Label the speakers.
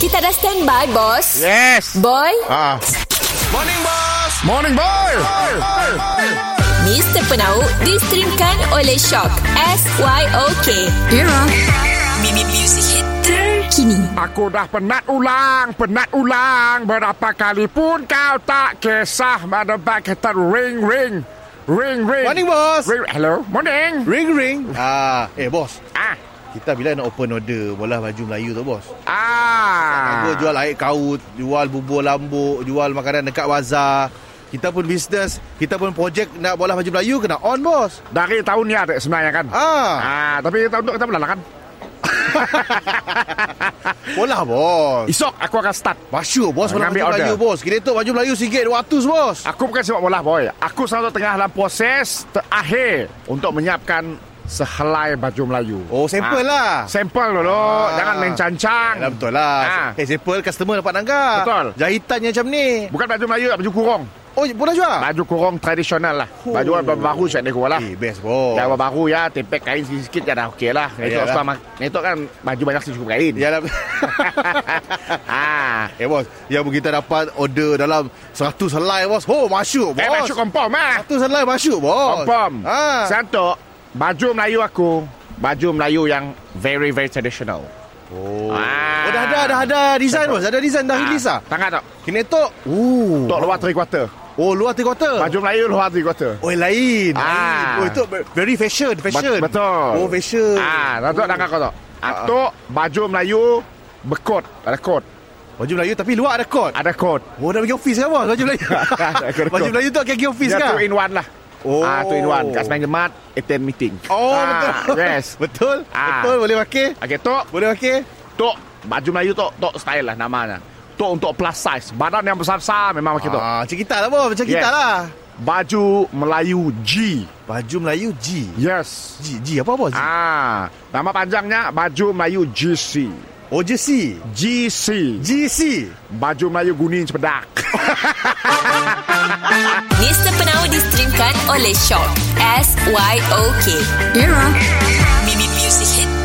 Speaker 1: Kita dah standby, bos.
Speaker 2: Ya.
Speaker 3: Yes.
Speaker 1: Boy,
Speaker 3: Ah.
Speaker 2: Morning Boss
Speaker 3: Morning boy.
Speaker 1: Mr. Penau distrimkan oleh Shock. S-Y-O-K. Era. Mimi Music Hit terkini.
Speaker 3: Aku dah penat ulang, penat ulang. Berapa kali pun kau tak kisah menebak kita ring ring. Ring ring.
Speaker 2: Morning Boss
Speaker 3: Ring, hello. Morning.
Speaker 2: Ring ring ah, Eh Boss
Speaker 3: Ah.
Speaker 2: Kita bila nak open order Bola baju Melayu tu Boss
Speaker 3: Ah.
Speaker 2: Aku jual air kaut Jual bubur lambuk Jual makanan dekat bazar Kita pun bisnes Kita pun projek Nak bola baju Melayu Kena on Boss
Speaker 3: Dari tahun ni ada sebenarnya kan?
Speaker 2: Ah,
Speaker 3: Ah, tapi tahun tu kita belah kan?
Speaker 2: bola bos.
Speaker 3: Esok aku akan start.
Speaker 2: Masya bos bola
Speaker 3: Ambil
Speaker 2: baju
Speaker 3: order.
Speaker 2: Melayu bos. Kira tu baju Melayu sikit 200 bos.
Speaker 3: Aku bukan sepak bola boy. Aku selalu tengah dalam proses terakhir untuk menyiapkan sehelai baju Melayu.
Speaker 2: Oh, sampel lah. Ah.
Speaker 3: Sampel dulu. Jangan main cancang.
Speaker 2: Yalah, betul lah.
Speaker 3: Ah.
Speaker 2: Eh, sample customer dapat nanggap.
Speaker 3: Betul.
Speaker 2: Jahitannya macam ni.
Speaker 3: Bukan baju Melayu, lah, baju kurung.
Speaker 2: Oh, pernah jual?
Speaker 3: Baju kurung tradisional lah.
Speaker 2: Oh.
Speaker 3: Baju oh. baru saya ada kurang lah.
Speaker 2: Eh, best bos.
Speaker 3: Dah baru ya, tempek kain sikit-sikit ya dah okey lah. Itu
Speaker 2: Yalah.
Speaker 3: sama, itu kan baju banyak sih cukup kain.
Speaker 2: Ya lah.
Speaker 3: ah.
Speaker 2: eh bos, yang kita dapat order dalam 100 helai bos. Oh, masuk bos.
Speaker 3: Eh, baju kompom ah.
Speaker 2: 100 helai masuk bos.
Speaker 3: Kompom.
Speaker 2: Ha.
Speaker 3: Satu, baju Melayu aku, baju Melayu yang very very traditional.
Speaker 2: Oh. oh,
Speaker 3: Ah.
Speaker 2: dah ada, dah ada design bos. Dah ada design, dah release lah.
Speaker 3: Tangan Ah. tak?
Speaker 2: Kena tok. Oh.
Speaker 3: Tok luar three quarter.
Speaker 2: Oh, luar tiga kota.
Speaker 3: Baju Melayu luar three quarter.
Speaker 2: Oh lain
Speaker 3: Ah.
Speaker 2: lain. Oh itu very fashion Fashion
Speaker 3: Bet- betul.
Speaker 2: Oh fashion
Speaker 3: Ah, dah tok tangkap kau tak?
Speaker 2: Ah.
Speaker 3: Atuk baju Melayu berkot, ada kot,
Speaker 2: Baju Melayu tapi luar ada kot
Speaker 3: ada kot.
Speaker 2: Oh dah pergi office kan bos Baju Melayu
Speaker 3: Rekod-rekod.
Speaker 2: Baju Melayu tu akan pergi office
Speaker 3: Dia
Speaker 2: kan
Speaker 3: two in one lah.
Speaker 2: Oh.
Speaker 3: Ah, two in one. Kat Semayang Jemaat, attend meeting.
Speaker 2: Oh
Speaker 3: Ah,
Speaker 2: betul
Speaker 3: Yes.
Speaker 2: Betul
Speaker 3: Ah.
Speaker 2: Betul boleh pakai
Speaker 3: Okay, tok,
Speaker 2: Boleh pakai
Speaker 3: tok baju Melayu tok, tok style lah namanya. Tok untuk plus size. Badan yang besar-besar memang macam tu.
Speaker 2: ah, Macam kita lah bos Macam
Speaker 3: Yes.
Speaker 2: kita lah
Speaker 3: Baju Melayu G.
Speaker 2: Baju Melayu G
Speaker 3: Yes.
Speaker 2: G, G apa bos? G?
Speaker 3: Ah, nama panjangnya baju Melayu GC.
Speaker 2: Oh JC
Speaker 3: GC.
Speaker 2: GC
Speaker 3: Baju Melayu Guning Cepedak.
Speaker 1: Mr. Penau distrimkan oleh Shock. S-Y-O-K. Era. Mimi Music Hit